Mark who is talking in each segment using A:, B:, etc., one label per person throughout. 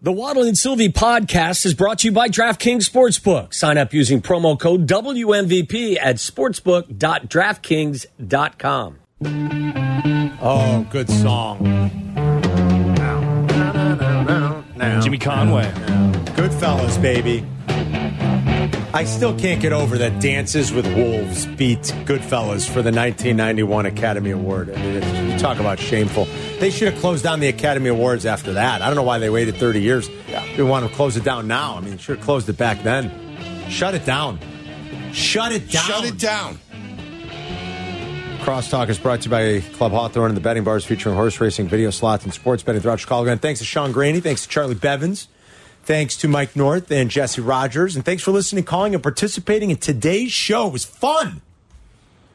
A: The Waddle and Sylvie podcast is brought to you by DraftKings Sportsbook. Sign up using promo code WMVP at sportsbook.draftkings.com.
B: Oh, good song.
C: Jimmy Conway.
B: Goodfellas, baby. I still can't get over that Dances with Wolves beat Goodfellas for the 1991 Academy Award. I mean, it's, you talk about shameful. They should have closed down the Academy Awards after that. I don't know why they waited 30 years. They want to close it down now. I mean, should have closed it back then. Shut it down. Shut it down.
D: Shut it down.
B: Crosstalk is brought to you by Club Hawthorne and the betting bars featuring horse racing, video slots, and sports betting throughout Chicago. And thanks to Sean Graney. Thanks to Charlie Bevins. Thanks to Mike North and Jesse Rogers. And thanks for listening, calling, and participating in today's show. It was fun.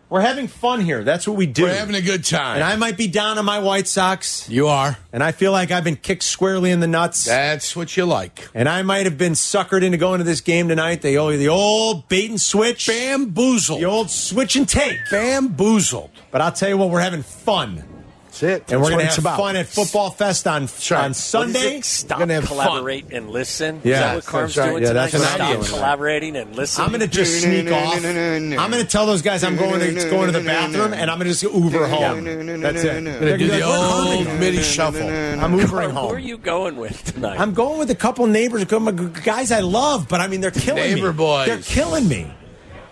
B: We're having fun here. That's what we do.
D: We're having a good time.
B: and I might be down on my White Sox,
D: you are.
B: and I feel like I've been kicked squarely in the nuts.
D: That's what you like.
B: and I might have been suckered into going to this game tonight. They owe you the old bait and switch,
D: Bamboozled.
B: the old switch and take.
D: Bamboozled.
B: But I'll tell you what, we're having fun.
D: That's it.
B: And we're going to have fun at Football Fest on,
D: right.
B: on Sunday.
A: Stop,
D: We're gonna have
A: collaborate, and listen.
B: Yeah,
A: Is that what
B: that's
A: Carm's
D: right.
A: doing
B: Yeah,
A: tonight?
B: that's what I'm
A: Stop
B: doing.
A: collaborating and listening.
B: I'm going to just sneak off. I'm going to tell those guys I'm going to, going to the bathroom and I'm going to just Uber home. That's it. They're gonna
D: Gonna do
B: be
D: the
B: like, "Where's
D: old
B: Herman?"
D: midi shuffle.
B: I'm Ubering
A: Carm, Who are
B: home.
A: you going with tonight?
B: I'm going with a couple neighbors, a couple guys I love, but I mean, they're killing
D: Neighbor
B: me.
D: boys.
B: They're killing me.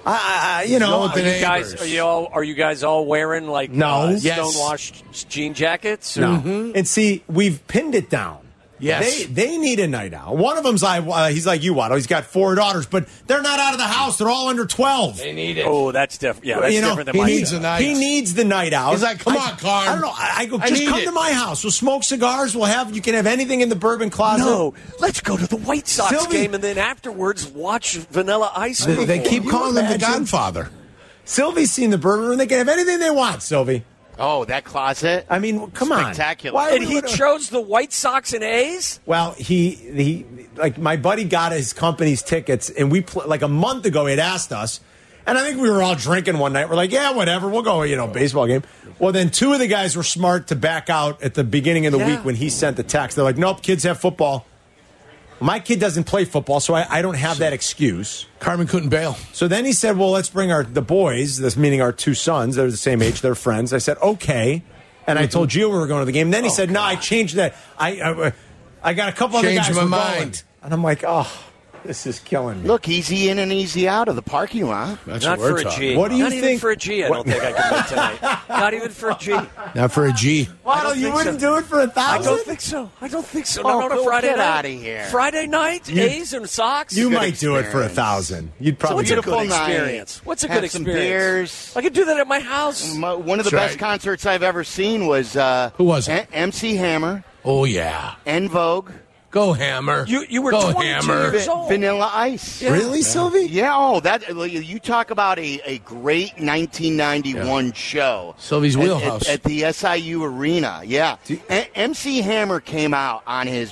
B: I, I- I, you know, uh,
D: with the
B: I-
D: neighbor.
A: guys,
D: neighbors.
A: are you all are you guys all wearing like
B: No.
A: uh,
B: Yes.
A: stonewashed s- jean jackets?
B: No. Mm-hmm.
A: Or-
B: And see, we've pinned it down.
D: Yes.
B: They, they need a night out. One of them's like, uh, he's like you, Waddle. He's got four daughters, but they're not out of the house. They're all under 12.
D: They need it.
A: Oh, that's different. Yeah, that's
B: you know,
A: different than
B: he
A: my
B: needs,
D: a
A: stuff.
D: night.
B: he needs the night out.
D: He's like, come
B: I-
D: on, Carm.
B: I don't know. I, I go,
D: I
B: just
D: need
B: come
D: it."
B: to my house. We'll smoke cigars. We'll have, you can have anything in the bourbon closet.
A: No, let's go to the White Sox
B: Sylvie-
A: game and then afterwards watch Vanilla Ice.
D: They, they
A: perform.
D: keep calling him the
B: imagine?
D: Godfather.
B: Sylvie's seen the bourbon room. They can have anything they want, Sylvie.
E: Oh, that closet.
B: I mean, come on.
E: Spectacular.
B: Why
A: And
B: would-
A: he chose the White Sox and A's.
B: Well, he he like my buddy got his company's tickets, and we pl- like a month ago he had asked us, and I think we were all drinking one night. We're like, yeah, whatever, we'll go, you know, baseball game. Well, then two of the guys were smart to back out at the beginning of the
A: Yeah.
B: week when he sent the text. They're like, nope, kids have football. My kid doesn't play football, so I, I don't have that excuse.
D: Carmen couldn't bail.
B: So then he said, "Well, let's bring our the boys." This meaning our two sons. They're the same age. They're friends. I said, "Okay," and
D: Mm-hmm.
B: I told Gio we were going to the game.
D: Oh,
B: Then he said, "No, I changed that. I I, I got a couple other
D: Changed
B: guys
D: my
B: were
D: mind.
B: going." And I'm like, "Oh, this is killing me."
E: Look, easy in and easy out of the parking lot.
D: That's
A: Not
D: what
A: for
D: we're
A: a
D: talking.
A: G.
B: What do you
A: Not even
B: think-
A: for a G. I don't think I can win tonight. Not even for a G.
D: Not for a G.
B: Waddle,
A: don't
B: you
A: think
B: wouldn't
A: so.
B: do it for a
A: I
B: thousand.
A: don't think so. I don't think so.
E: Oh,
A: Not on a
E: go
A: Friday
E: get
A: night.
E: outta here.
A: Friday night, A's and Sox.
B: you
E: Good
B: might do it for a
E: experience.
B: thousand. You'd probably.
A: What's a
B: do it.
E: Beautiful
A: good
E: night.
A: experience? What's a
E: Have
A: good
E: some
A: experience?
E: beers.
A: I could do that at my house.
E: Mo- One of the
D: That's
E: best
D: right.
E: concerts I've ever seen was uh,
D: Who was it?
E: A- MC Hammer,
D: Oh, yeah.
E: En Vogue,
D: Go hammer.
A: You- you were
D: Go
A: 22
D: hammer.
A: years old.
E: Vanilla Ice.
A: Yeah.
B: Really, Sylvie?
E: Yeah, oh, that you talk about a, a great 1991 show.
D: Sylvie's
E: At-
D: wheelhouse.
E: at, at the SIU arena. Yeah, A- MC Hammer came out on his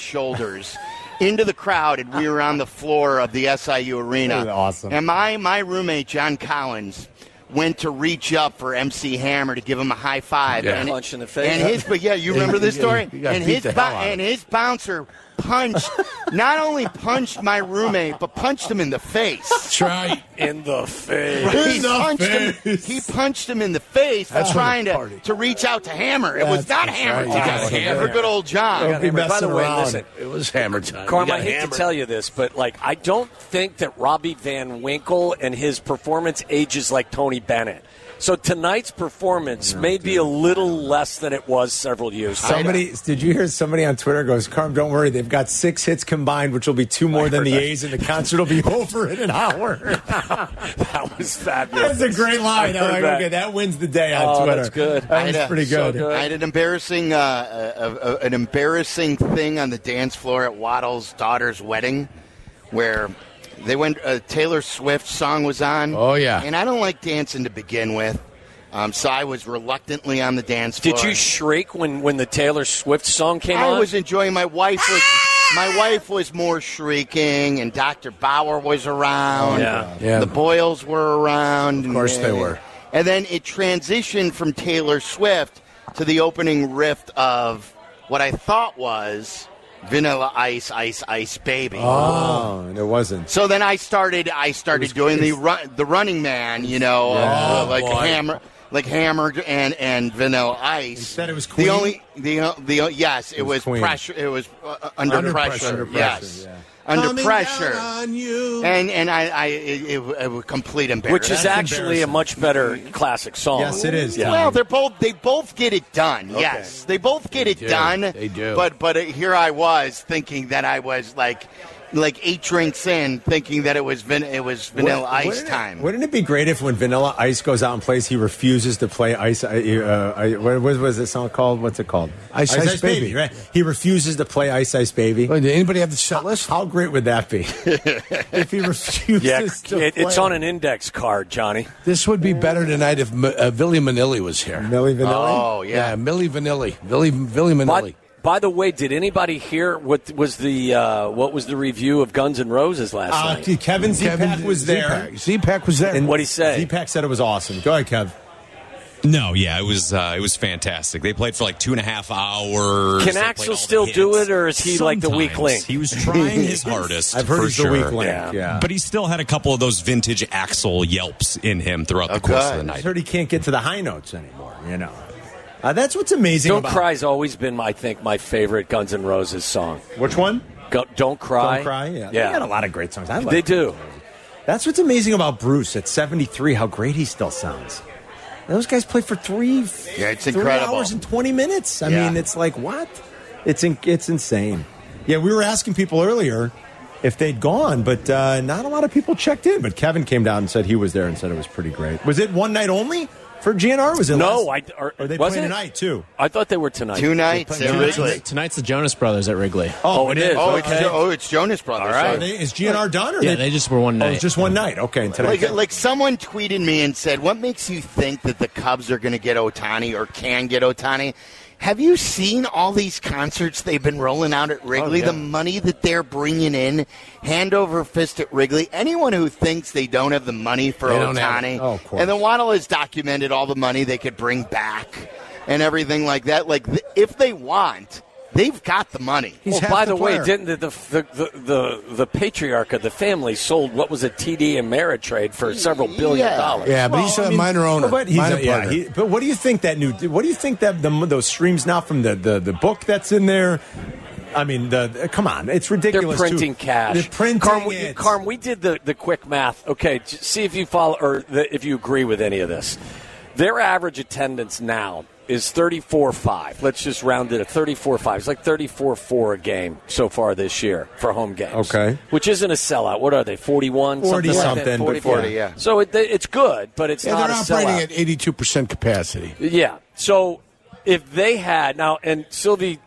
E: shoulders into the crowd, and we were on the floor of the SIU
B: That
E: arena.
B: was awesome.
E: And my my roommate John Collins went to reach up for MC Hammer to give him a high five.
D: Yeah.
E: And,
A: Punch in the face.
E: And his, but yeah, you remember this
D: you-
E: story.
D: you got
E: and
D: beat
E: his
D: the
E: bo-
D: hell out of
E: and his bouncer punched, not only punched my roommate, but punched him in the face.
D: That's right.
A: In the face.
E: He
D: In the
E: punched, him,
D: face.
E: he punched him in the face for
D: That's when
E: trying
D: the
E: to,
D: party-
E: to reach out to Hammer. It was not
D: right.
E: Hammer
D: You
E: time.
D: got hammered.
E: For good old John.
B: Don't be
A: By the
B: messing
A: way,
B: around.
A: listen.
D: It was hammer time.
A: Carm,
D: You
A: I
D: got
A: hate
D: hammered.
A: to tell you this, but like, I don't think that Robbie Van Winkle and his performance ages like Tony Bennett. So tonight's performance
B: Oh,
A: may be a little less than it was several years. ago.
B: Somebody, did you hear somebody on Twitter goes, Carm, don't worry. They've got six hits combined, which will be two more than the A's, and the concert will be over in an hour.
A: that was fabulous.
B: That's a great line. Oh,
A: I
B: I'm
A: heard
B: like,
A: that.
B: okay, that wins the day on
A: Oh,
B: Twitter.
A: that's good.
B: That was
E: I know.
B: pretty
A: So
B: good.
A: good.
E: I had an embarrassing, uh, uh, uh, an embarrassing thing on the dance floor at Waddle's daughter's wedding, where they went. A Taylor Swift song was on.
D: Oh, yeah.
E: And I don't like dancing to begin with, um, so I was reluctantly on the dance floor.
A: Did you shriek when, when the Taylor Swift song came
E: I
A: on?
E: was enjoying. My wife was. My wife was more shrieking, and Dr. Bauer was around.
A: Yeah.
D: Yeah.
E: The Boyles were around. Of
D: course they were.
E: And then it transitioned from Taylor Swift to the opening riff of what I thought was Vanilla Ice, Ice, Ice Baby.
B: Oh, and it wasn't.
E: So then I started. I started doing the run, the Running Man. You know, uh,
D: Oh,
E: like
D: boy.
E: hammer, like hammered and and Vanilla Ice.
B: said it was
E: the
B: Queen?
E: only the o- the o- yes. It,
B: was
E: was,
B: Queen.
E: pressure. It was uh, uh, under,
B: Under
E: pressure,
B: pressure, under pressure,
E: Yes,
B: yeah.
E: under
D: Coming
E: pressure.
D: down on you.
E: And and I, I it, it, was- it was complete embarrassment.
A: Which is
B: That's
A: actually a
B: embarrassing.
A: much better classic song.
B: Yes, it is.
E: Well, they're both. They both get it done. Yes, they both get it
D: do.
E: done.
D: They do.
E: But but uh, here I was thinking that I was like, like eight drinks in, thinking that it was van- it was Vanilla
B: Wouldn't-
E: Ice
B: wouldn't it-
E: time.
B: wouldn't it be great if when Vanilla Ice goes out and plays, he refuses to play Ice? Uh, uh, what was was this song called? What's it called?
D: Ice Ice Baby.
B: right? He refuses to play Ice Ice Baby.
D: Wait, did anybody have the set list?
B: How great would that be if he refuses
A: Yeah,
B: to
A: it, it's
B: play?
A: on an index card, Johnny.
D: This would be better tonight if M- uh, Billy Manilli was here.
B: Milli Vanilli.
E: oh
D: yeah.
E: yeah.
D: Millie Vanilli. Billy, Billy Manilli.
A: By, by the way, did anybody hear what was the uh, what was the review of Guns N' Roses last
B: Uh,
A: night?
B: Kevin Zipak was there.
D: Z Pack was there.
B: And
A: What'd he say?
B: Zipak said it was awesome. Go ahead, Kev.
F: No, yeah, it was uh, it was fantastic. They played for like two and a half hours.
A: Can
F: They played
A: Axl
F: all the
A: still do
F: hits.
A: it, or is he, like, the weak
F: Sometimes.
A: link?
F: He was trying his hardest.
B: I've heard
F: for
B: he's
F: sure.
B: the weak link. Yeah.
A: Yeah.
F: But he still had a couple of those vintage Axel yelps in him throughout
A: Oh,
F: the
E: Okay.
F: course of the
B: I
F: night.
B: heard he can't get to the high notes anymore. You know, uh, that's what's amazing.
A: Don't
B: about
A: Cry's always been, I think, my favorite Guns N' Roses song.
B: Which one?
A: Go, don't cry.
B: Don't cry. Yeah. they got a lot of great songs. I like
A: They do.
B: That's what's amazing about Bruce at 73, how great he still sounds. Those guys play for three,
E: Yeah, it's
B: three
E: incredible.
B: hours and 20 minutes. I
E: Yeah.
B: mean, it's like, what? It's, in, it's insane. Yeah, we were asking people earlier if they'd gone, but uh, not a lot of people checked in. But Kevin came down and said he was there and said it was pretty great. Was it one night only for GNR? Was it
A: No,
B: last-
A: I- or-
B: or they
A: was
B: played
A: it?
B: tonight, too.
A: I thought they were tonight.
E: Two nights. at
C: Tonight's,
E: Wrigley.
C: tonight's the Jonas Brothers at Wrigley.
A: Oh, it is.
E: Oh,
A: okay.
E: it's, oh, it's Jonas Brothers.
A: All right.
E: sorry.
B: They- is GNR done? Or
C: Yeah, they just were one
B: Oh, it
C: night.
B: was just one night. Okay, and tonight.
E: Like, like someone tweeted me and said, "What makes you think that the Cubs are going to get Otani or can get Otani?" Have you seen all these concerts they've been rolling out at Wrigley? The money that they're bringing in, hand over fist at Wrigley. Anyone who thinks they don't have the money for
D: They don't have
E: Otani,
B: it. Oh, of course.
E: and the Waddle has documented all the money they could bring back and everything like that. Like th- if they want, they've got the money.
A: Well,
B: half
A: Oh, by
B: the
A: the, way,
B: player.
A: didn't the the, the the the patriarch of the family sold what was a TD Ameritrade for several billion
E: Yeah.
A: dollars?
D: yeah, but he's a minor owner.
B: But, he's
D: minor
B: a, yeah,
D: partner.
B: he- but what do you think that new? What do you think that the, those streams now from the, the, the book that's in there? I mean, the, the- come on, it's ridiculous.
A: They're printing
B: too.
A: cash.
B: They're printing
A: Carm, we,
B: it.
A: Carm, we did the, the quick math. Okay, j- see if you follow or the, if you agree with any of this. Their average attendance now is 34.5. Let's just round it at 34.5. It's like 34.4 a game so far this year for home games.
B: Okay.
A: Which isn't a sellout. What are they, 41?
B: 40
A: something. like
B: something,
A: that,
B: but
A: 40,
E: 40, yeah.
A: So it, it's good, but it's
D: yeah,
A: not
D: they're
A: a
D: operating
A: sellout.
D: at 82% capacity.
A: Yeah. So if they had now, and Sylvie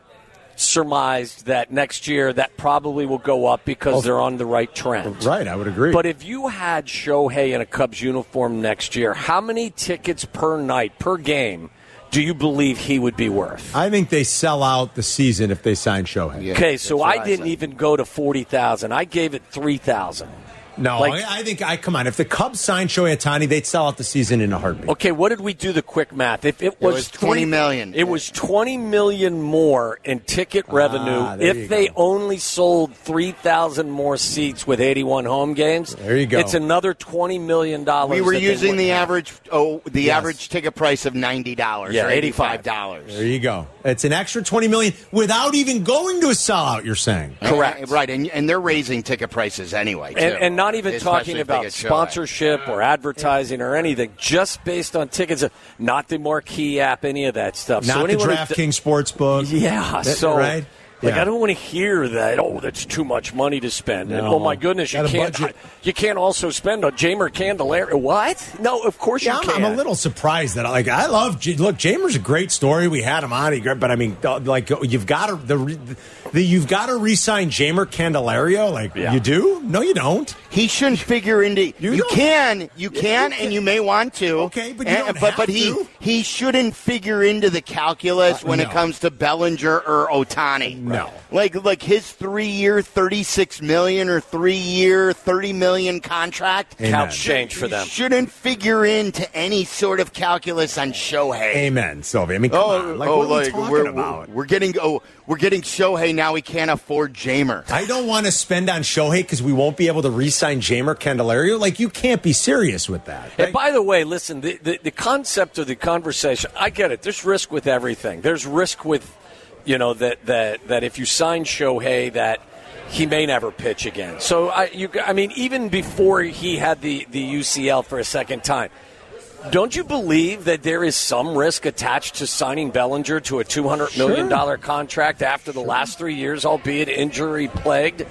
A: surmised that next year that probably will go up because they're on the right trend.
B: right, I would agree.
A: But if you had Shohei in a Cubs uniform next year, how many tickets per night per game do you believe he would be worth?
B: I think they sell out the season if they sign Shohei.
E: Yeah,
A: okay, so
E: that's what
A: I didn't
E: said.
A: even go to forty thousand. I gave it three thousand.
B: No,
A: Like-
B: I, I think I come on. If the Cubs sign Shohei Otani, they'd sell out the season in a heartbeat.
A: Okay, what did we do the quick math? If it was,
E: was 20 million. Ah,
A: it was 20 million more in ticket revenue
B: there you
A: if they
B: go.
A: only sold 3,000 more seats with 81 home games.
B: There you go.
A: It's another 20 million dollars.
E: We were
A: that they
E: using
A: wouldn't
E: the
A: have.
E: average oh the average ticket price of ninety dollars
A: Yeah,
E: or eighty five
A: $85.
E: dollars.
B: There you go. It's an extra twenty million without even going to a sellout. You're saying?
A: Correct.
E: Right, and and they're raising ticket prices anyway. Too,
A: And, and not even
E: Especially
A: talking
E: if they
A: about
E: get Shohei.
A: sponsorship or advertising or anything, just based on tickets, not the marquee app, any of that stuff.
B: Not the
A: anyone who d-
B: DraftKings sportsbook.
A: Yeah,
B: That-
A: so
B: right.
A: like
B: Yeah.
A: I don't want to hear that. Oh, that's too much money to spend. And,
B: No.
A: oh my goodness, you
D: Gotta
A: can't.
D: budget.
A: You can't also spend on Jamer Candelaria. What? No, of course
B: Yeah,
A: you
B: I'm,
A: can.
B: I'm a little surprised that like I love J- look Jamer's a great story. We had him on, he, but I mean uh, like you've got to the, re- the you've got to re-sign Jamer Candelario. Like
A: Yeah.
B: you do? No, you don't.
E: He shouldn't figure into you.
B: don't-
E: can, you can,
B: you
E: and you may want to.
B: Okay, but you
E: And-
B: don't
E: but but
B: have
E: he
B: to.
E: he shouldn't figure into the calculus when
B: no.
E: it comes to Bellinger or Otani.
B: No.
E: Like like his three year thirty six million or three year thirty million contract.
B: Amen.
A: Couch change for them.
E: Shouldn't figure into any sort of calculus on Shohei.
B: Amen, Sylvia. I mean, come on. Like, what are we talking
E: Oh, we're,
B: about?
E: we're getting oh we're getting Shohei now. We can't afford Jamer.
B: I don't want to spend on Shohei because we won't be able to re-sign Jamer Candelario. Like, you can't be serious with that.
A: And by the way, listen, the, the, the concept of the conversation, I get it. There's risk with everything. There's risk with, you know, that that, that if you sign Shohei, that he may never pitch again. So I, you, I mean, even before he had the, the UCL for a second time, don't you believe that there is some risk attached to signing Bellinger to a two hundred million dollar contract after the last three years, albeit injury plagued?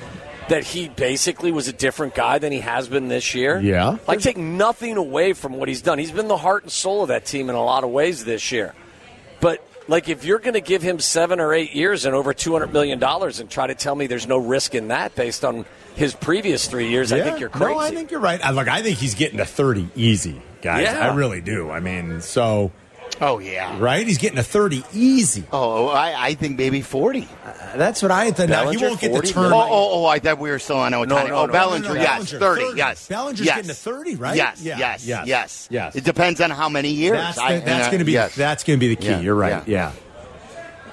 A: That he basically was a different guy than he has been this year.
D: Yeah.
A: like take nothing away from what he's done. He's been the heart and soul of that team in a lot of ways this year. But like, if you're going to give him seven or eight years and over two hundred million dollars, and try to tell me there's no risk in that based on his previous three years, I
B: Yeah.
A: think you're crazy.
B: No, I think you're right. I, look, I think he's getting to 30 easy, guys.
A: Yeah.
B: I really do. I mean, so,
E: Oh yeah.
B: right? He's getting to 30 easy.
E: Oh, I, I think maybe forty.
B: Uh, That's what I thought. Now, he
A: Bellinger,
B: won't get
A: 40?
B: the turn.
E: Oh, oh, oh! I thought we were still on Otani.
A: No, no,
E: oh,
A: no.
E: Bellinger,
B: No, no, no,
E: yes,
B: Bellinger,
E: thirty,
B: 30.
E: yes.
B: Bellinger's
E: yes.
B: getting to 30, right?
E: Yes,
B: Yeah,
E: yes,
B: yes,
E: yes,
B: yes.
E: It depends on how many years.
B: That's,
E: I-
B: the, that's
E: uh,
B: going to be
E: yes.
B: that's going to be the key.
E: Yeah,
B: You're right. Yeah.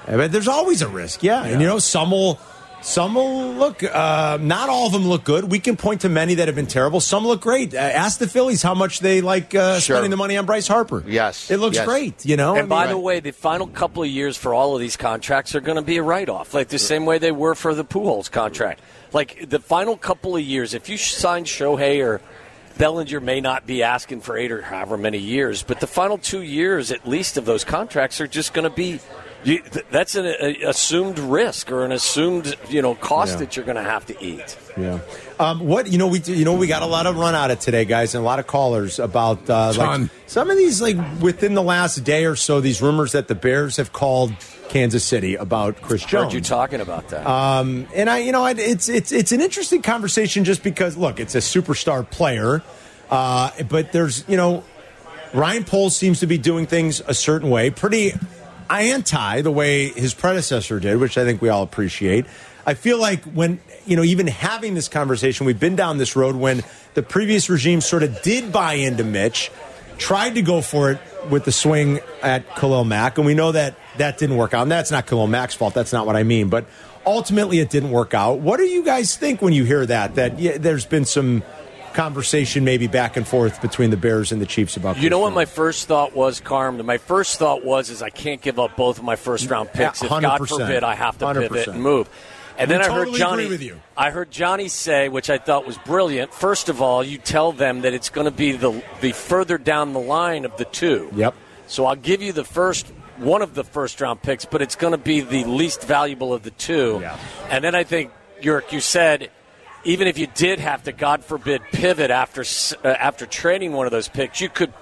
B: I mean, there's always a risk. Yeah. and you know some will some will look. Uh, not all of them look good. We can point to many that have been terrible. Some look great. Uh, ask the Phillies how much they like uh,
E: Sure.
B: spending the money on Bryce Harper.
E: Yes,
B: it looks
E: yes.
B: great. You know. I
A: And
B: mean,
A: by the way, the final couple of years for all of these contracts are going to be a write-off, like the same way they were for the Pujols contract. Like the final couple of years, if you sign Shohei or Bellinger, may not be asking for eight or however many years, but the final two years at least of those contracts are just going to be. You, th- that's an a, assumed risk or an assumed you know cost
B: Yeah.
A: that you're going to have to eat.
B: Yeah. Um, what you know we you know we got a lot of run out of today, guys, and a lot of callers about uh, like
D: Ton.
B: some of these like within the last day or so. These rumors that the Bears have called Kansas City about Chris Jones. Um,
A: Heard you talking about that.
B: and I, you know, I- it's it's it's an interesting conversation just because look, it's a superstar player, uh, but there's you know, Ryan Poles seems to be doing things a certain way, pretty anti the way his predecessor did, which I think we all appreciate. I feel like when you know, even having this conversation, we've been down this road when the previous regime sort of did buy into Mitch, tried to go for it with the swing at Khalil Mack, and we know that that didn't work out. And that's not Khalil Mack's fault. That's not what I mean. But ultimately, it didn't work out. What do you guys think when you hear that? That yeah, there's been some conversation, maybe back and forth between the Bears and the Chiefs about.
A: You know what
B: Chris
A: my first thought was, Carm? My first thought was is I can't give up both of my first round picks. If God
B: 100%.
A: forbid I have to pivot
B: 100%.
A: and move. And then
B: We
A: I heard
B: totally
A: Johnny
B: agree with you.
A: I heard Johnny say, which I thought was brilliant, first of all, you tell them that it's gonna be the the further down the line of the two.
B: Yep.
A: So I'll give you the first one of the first round picks, but it's going to be the least valuable of the two.
B: Yeah.
A: And then I think, Yurk, you said even if you did have to, God forbid, pivot after s- uh, after trading one of those picks, you could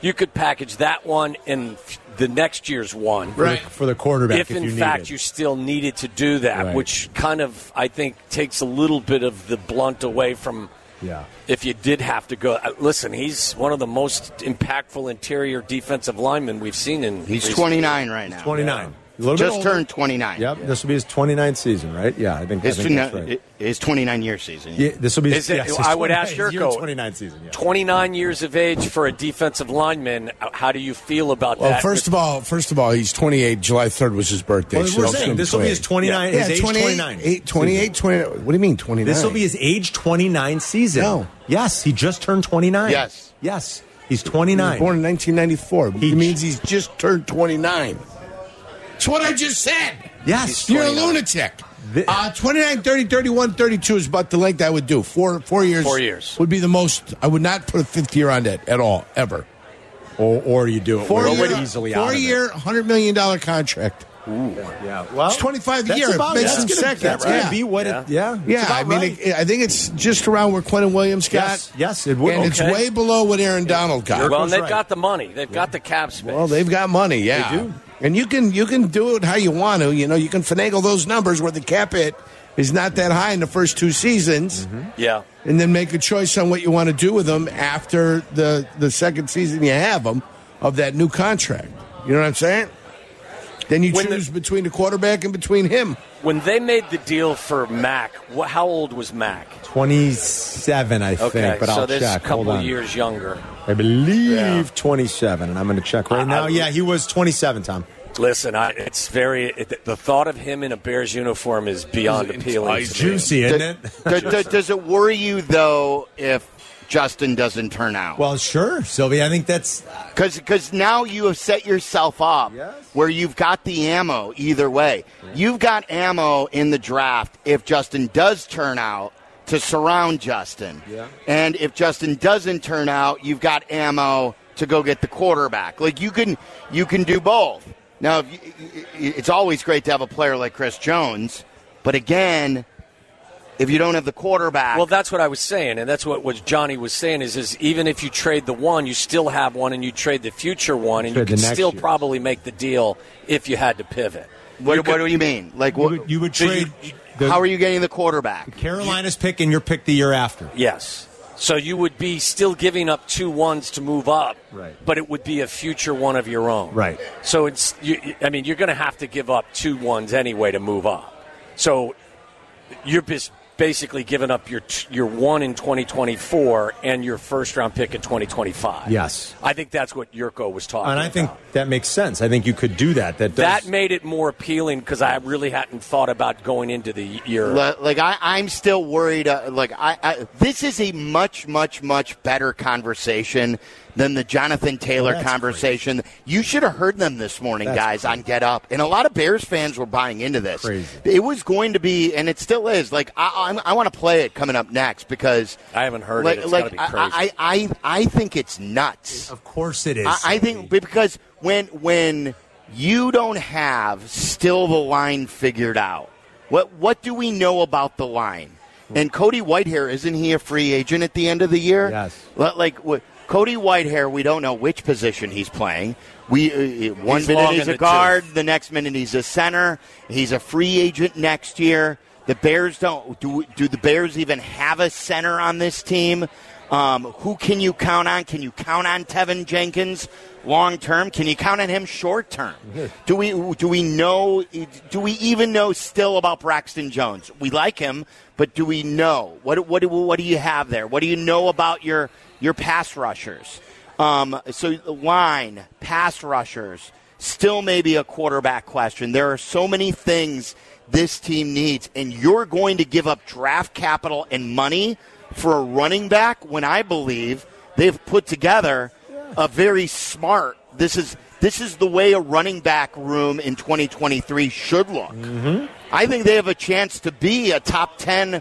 A: you could package that one in f- the next year's one.
B: Jones? for the, for the quarterback
A: If,
B: if,
A: in
B: you
A: fact
B: need it.
A: you still needed to do that,
B: Right.
A: which kind of I think takes a little bit of the blunt away from
B: yeah.
A: if you did have to go. uh, Listen, he's one of the most impactful interior defensive linemen we've seen in.
E: He's
A: recent-
E: twenty nine right now.
B: 29. A little bit
E: Just
B: older.
E: turned twenty nine.
B: Yep, this will be his 29th season, right? Yeah, I think, I
E: His,
B: think that's right.
E: twenty nine year season.
B: yeah, this will be.
A: Is it-
B: yes, his
A: I would
B: 29
A: ask
B: his year
A: Yurko.
B: 29 season. Yeah.
A: 29 years of age for a defensive lineman. How do you feel about
D: Well,
A: that?
D: first of all, first of all, he's 28. July 3rd was his birthday.
B: Well,
D: so
B: we're
D: I'll
B: saying
D: assume
B: this will be his 29 his age
D: 28,
B: 29.
D: eight- 28, 29. What do you mean 29?
B: This will be his age 29 season.
D: No.
B: Yes, he just turned 29.
E: Yes.
B: Yes. He's
D: He
B: 29.
D: was born in 1994.
B: He-
D: He means he's just turned 29. That's what I just said.
B: yes.
D: You're a lunatic.
B: The-
D: Uh, 29, 30, 31, 32 is about the length I would do. Four, four years.
A: Four years.
D: would be the most. I would not put a fifth year on that at all, ever.
B: Or, or you do it
D: Four
B: real
D: year,
B: easily
D: four
B: out of it.
D: year, hundred million dollar contract.
B: Yeah. Well,
D: It's 25 a
B: that's
D: year. It
B: about-
D: makes
B: that's
D: him
B: gonna-
D: second.
B: That's going to
D: Yeah.
B: be what it. Yeah. it's
D: Yeah,
B: about
D: I mean,
B: right.
D: it, I think it's just around where Quentin Williams got.
B: yes. Yes, it would.
D: and it's
A: Okay.
D: way below what Aaron Donald got.
A: well, and they've
B: right.
A: got the money. They've got the cap space.
D: Well, they've got money, yeah.
B: They do.
D: And you can you can do it how you want to. You know, you can finagle those numbers where the cap hit is not that high in the first two seasons,
B: Mm-hmm.
A: yeah.
D: and then make a choice on what you want to do with them after the the second season you have them of that new contract. You know what I'm saying? Then you
A: When the-
D: choose between the quarterback and between him.
A: When they made the deal for Mac, wh- how old was Mac?
B: 27, I
A: Okay,
B: think, but
A: so
B: I'll
A: this
B: check.
A: couple
B: Hold on.
A: years younger.
B: I believe
A: Yeah.
B: 27, and I'm going to check right
A: I-
B: now.
A: I-
B: yeah, he was 27, Tom.
A: Listen, I, it's very. It, the thought of him in a Bears uniform is beyond appealing.
B: It's
A: to me.
B: juicy, isn't it?
E: Does, does- does- does it worry you though if Justin doesn't turn out?
B: Well, sure, Sylvie. I think that's
E: Because now you have set yourself up
B: Yes.
E: where you've got the ammo either way. You've got ammo in the draft if Justin does turn out to surround Justin.
B: Yeah.
E: And if Justin doesn't turn out, you've got ammo to go get the quarterback. Like you can you can do both. Now if you, it's always great to have a player like Chris Jones, but again, if you don't have the quarterback,
A: Well, that's what I was saying, and that's what, what Johnny was saying is is even if you trade the one, you still have one, and you trade the future one, and you
B: Trade the
A: can
B: next
A: still
B: year.
A: probably make the deal if you had to pivot.
E: what,
A: You
E: what
A: could-
E: do you mean? Like
B: you
E: what,
B: would, you would
A: So
B: trade
A: you-
B: the
E: how are you getting the quarterback?
B: Carolina's pick and your pick the year after.
A: Yes. So you would be still giving up two ones to move up,
B: Right.
A: but it would be a future one of your own.
B: Right.
A: So it's, you, I mean, you're going to have to give up two ones anyway to move up. So you're just basically giving up your t- your one in 2024 and your first round pick in 2025.
B: Yes.
A: I think that's what Yurko was talking
B: And I think
A: about.
B: that makes sense. I think you could do that. That does,
A: that made it more appealing because I really hadn't thought about going into the year.
E: Le- Like I, I'm still worried. Uh, like I, I, this is a much, much, much better conversation than the Jonathan Taylor
B: that's
E: conversation. You should have heard them this morning,
B: That's
E: guys, on Get Up, and a lot of Bears fans were buying into this.
B: Crazy.
E: It was going to be, and it still is. Like I, I'm, I want to play it coming up next because
A: I haven't heard
E: like,
A: it. It's
E: like
A: gotta be crazy.
E: I, I, I, I think it's nuts.
B: of course, it is.
E: I, I think because when when you don't have still the line figured out, what what do we know about the line? And Cody Whitehair isn't he a free agent at the end of the year?
B: Yes.
E: Li- Like what, Cody Whitehair, we don't know which position he's playing. We uh, uh, one
A: He's
E: minute
A: long
E: he's
A: in
E: a
A: the
E: guard, the next minute he's a center. He's a free agent next year. The Bears don't do. Do the Bears even have a center on this team? Um, who can you count on? Can you count on Tevin Jenkins long term? Can you count on him short term? Do we do we know? Do we even know still about Braxton Jones? We like him, but do we know what what do- what do you have there? What do you know about your your pass rushers? Um, so the line, pass rushers, still maybe a quarterback question. There are so many things this team needs, and you're going to give up draft capital and money for a running back when I believe they've put together a very smart. This is this is the way a running back room in 2023 should look. I think they have a chance to be a top 10.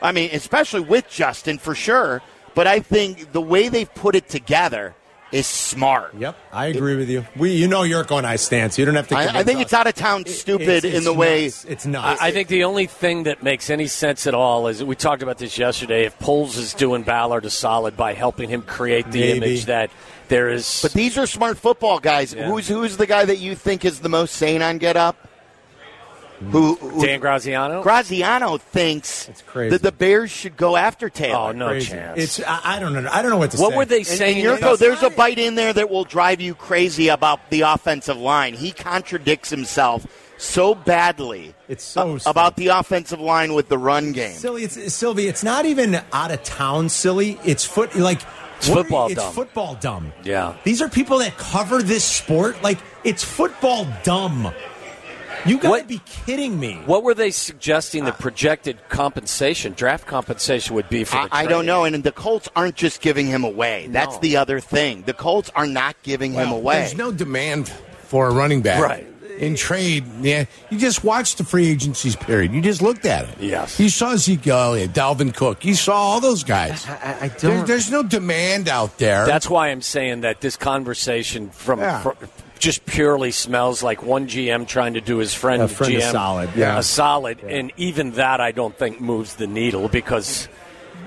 E: I mean, especially with Justin for sure. But I think the way they've put it together is smart.
B: Yep, I agree with you. We, you know, Yurko and I stance. You don't have to.
E: I, I
B: convince
E: think
B: us.
E: it's out of town stupid
B: It's-
E: in
B: it's
E: the way.
B: nuts. it's not.
A: I I think the only thing that makes any sense at all is we talked about this yesterday. If Poles is doing Ballard a solid by helping him create the
B: Maybe.
A: image that there is,
E: But these are smart football guys.
A: Yeah.
E: Who's who's the guy that you think is the most sane on Get Up? Who, who
A: Dan Graziano,
E: Graziano thinks
B: It's crazy.
E: that the Bears should go after Taylor.
A: oh no
B: Crazy.
A: chance.
B: It's. I, I don't know. I don't know what to say.
A: what were they
E: And,
A: saying?
E: and Yurko, there's a bite in there that will drive you crazy about the offensive line. He contradicts himself so badly
B: It's so
E: a-
B: stupid.
E: about the offensive line with the run game.
B: Silly, it's Sylvie. It's not even out of town silly. It's foot like
A: It's
B: what are
A: football
B: you-
A: dumb.
B: It's football dumb.
A: Yeah.
B: these are people that cover this sport. Like it's football dumb. You gotta
A: What-
B: be kidding me.
A: what were they suggesting the projected compensation, draft compensation, would be for?
E: I,
A: the
E: I don't
A: trade?
E: know, and the Colts aren't just giving him away. That's
A: No.
E: the other thing. The Colts are not giving him away.
D: There's no demand for a running back.
A: Right.
D: In trade, yeah, you just watched the free agencies period. You just looked at it.
A: Yes.
D: You saw Zeke Elliott, Dalvin Cook. You saw all those guys.
B: I, I don't.
D: There, there's no demand out there.
A: That's why I'm saying that this conversation from.
D: Yeah.
A: fr- just purely smells like one GM trying to do his friend,
B: A friend a
A: GM
B: solid, yeah.
A: a solid, and even that I don't think moves the needle because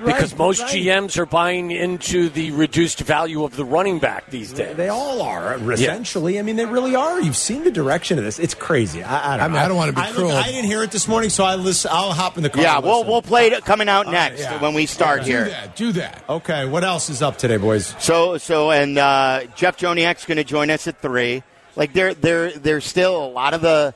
A: because most
B: right.
A: GMs are buying into the reduced value of the running back these days.
B: They all are essentially. I mean, they really are. You've seen the direction of this. It's crazy. I, I don't.
D: I mean,
B: know.
D: I don't wanna be
B: I, look-
D: cruel.
B: I didn't hear it this morning, so I listen, I'll hop in the car.
E: yeah,
B: and
E: we'll
B: listen.
E: we'll play it coming out next
D: yeah.
E: when we start
D: do
E: here.
D: that. Do that.
B: Okay, what else is up today, boys?
E: So so and uh, Jeff Joniak's going to join us at three. Like there, there, there's still a lot of the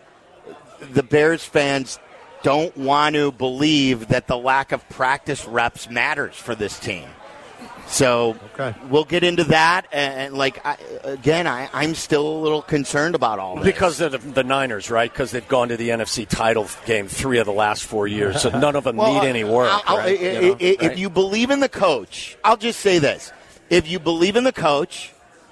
E: the Bears fans don't want to believe that the lack of practice reps matters for this team. So
B: Okay.
E: we'll get into that. And, and, like I, again, I, I'm still a little concerned about all this.
A: Because of the, the Niners, right? Because they've gone to the NFC title game three of the last four years, so none of them
E: Well,
A: need any work.
E: I'll- I'll-
A: right?
E: i- i-
A: You know,
E: i- If
A: right?
E: you believe in the coach, I'll just say this: if you believe in the coach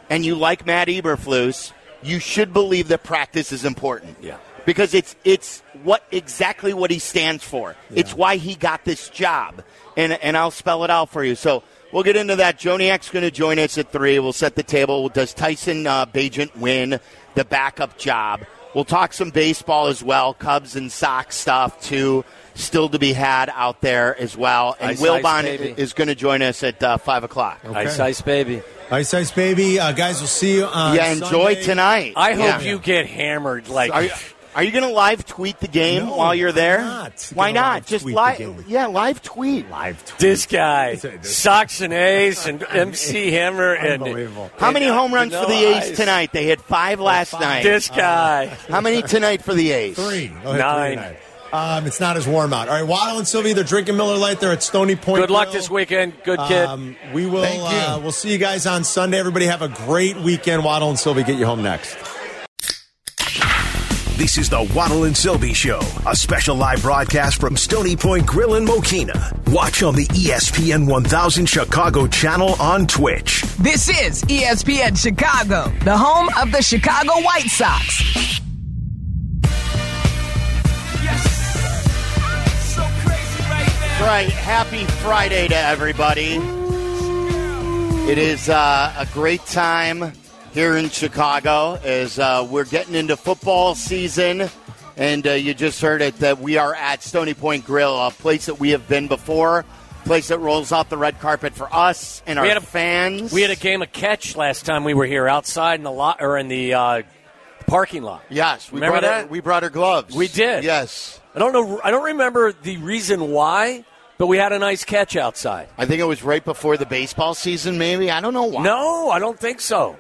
E: and you like Matt Eberflus, you should believe that practice is important.
A: Yeah.
E: Because it's it's what exactly what he stands for. It's why he got this job, and and I'll spell it out for you. So we'll get into that. Joniak's going to join us at three. We'll set the table. Does Tyson uh, Bajent win the backup job? We'll talk some baseball as well, Cubs and Sox stuff too, still to be had out there as well. And
A: Ice,
E: Will
A: ice,
E: Bond
A: baby.
E: is going to join us at uh, five o'clock.
A: Ice Ice Baby.
B: Ice Ice Baby, uh, guys, we'll see you on
E: Yeah, enjoy
B: Sunday.
E: tonight.
A: I hope
E: Yeah.
A: you get hammered. Like,
E: Are you, are you going to live tweet the game
B: No,
E: while you're
B: I'm
E: there?
B: not
E: Why
B: gonna
E: not?
B: live
E: Just
B: tweet the game.
E: live. Yeah, live tweet.
B: Live tweet.
A: this guy,
B: Say this.
A: Socks and Ace, and MC Hammer, and
B: Unbelievable.
E: How many home runs
A: No
E: for the A's
A: eyes.
E: tonight? They hit five last night.
A: this
B: Uh,
A: guy.
E: How many tonight for the A's?
B: Three. They'll hit three
A: Nine.
B: tonight. Um, it's not as warm out. All right, Waddle and Sylvie, they're drinking Miller Lite. They're at Stony Point.
A: Good luck
B: Grill.
A: this weekend. Good kid.
B: Um, we will.
D: Thank you.
B: Uh, we'll see you guys on Sunday. Everybody have a great weekend. Waddle and Sylvie get you home next.
G: This is the Waddle and Sylvie Show, a special live broadcast from Stony Point Grill in Mokina. Watch on the E ESPN 1000 Chicago channel on Twitch.
H: This is E ESPN Chicago, the home of the Chicago White Sox.
E: All Right, happy Friday to everybody. It is uh, a great time here in Chicago as uh, we're getting into football season. And uh, you just heard it that we are at Stony Point Grill, a place that we have been before, place that rolls out the red carpet for us and
A: We
E: our
A: had a-
E: fans.
A: We had a game of catch last time we were here outside in the lot or in the uh, parking lot.
E: yes, we
A: Remember
E: brought Our,
A: that?
E: we brought our gloves.
A: We did.
E: Yes,
A: I don't know. I don't remember the reason why, but we had a nice catch outside.
E: I think it was right before the baseball season. Maybe I don't know why.
A: No, I don't think so.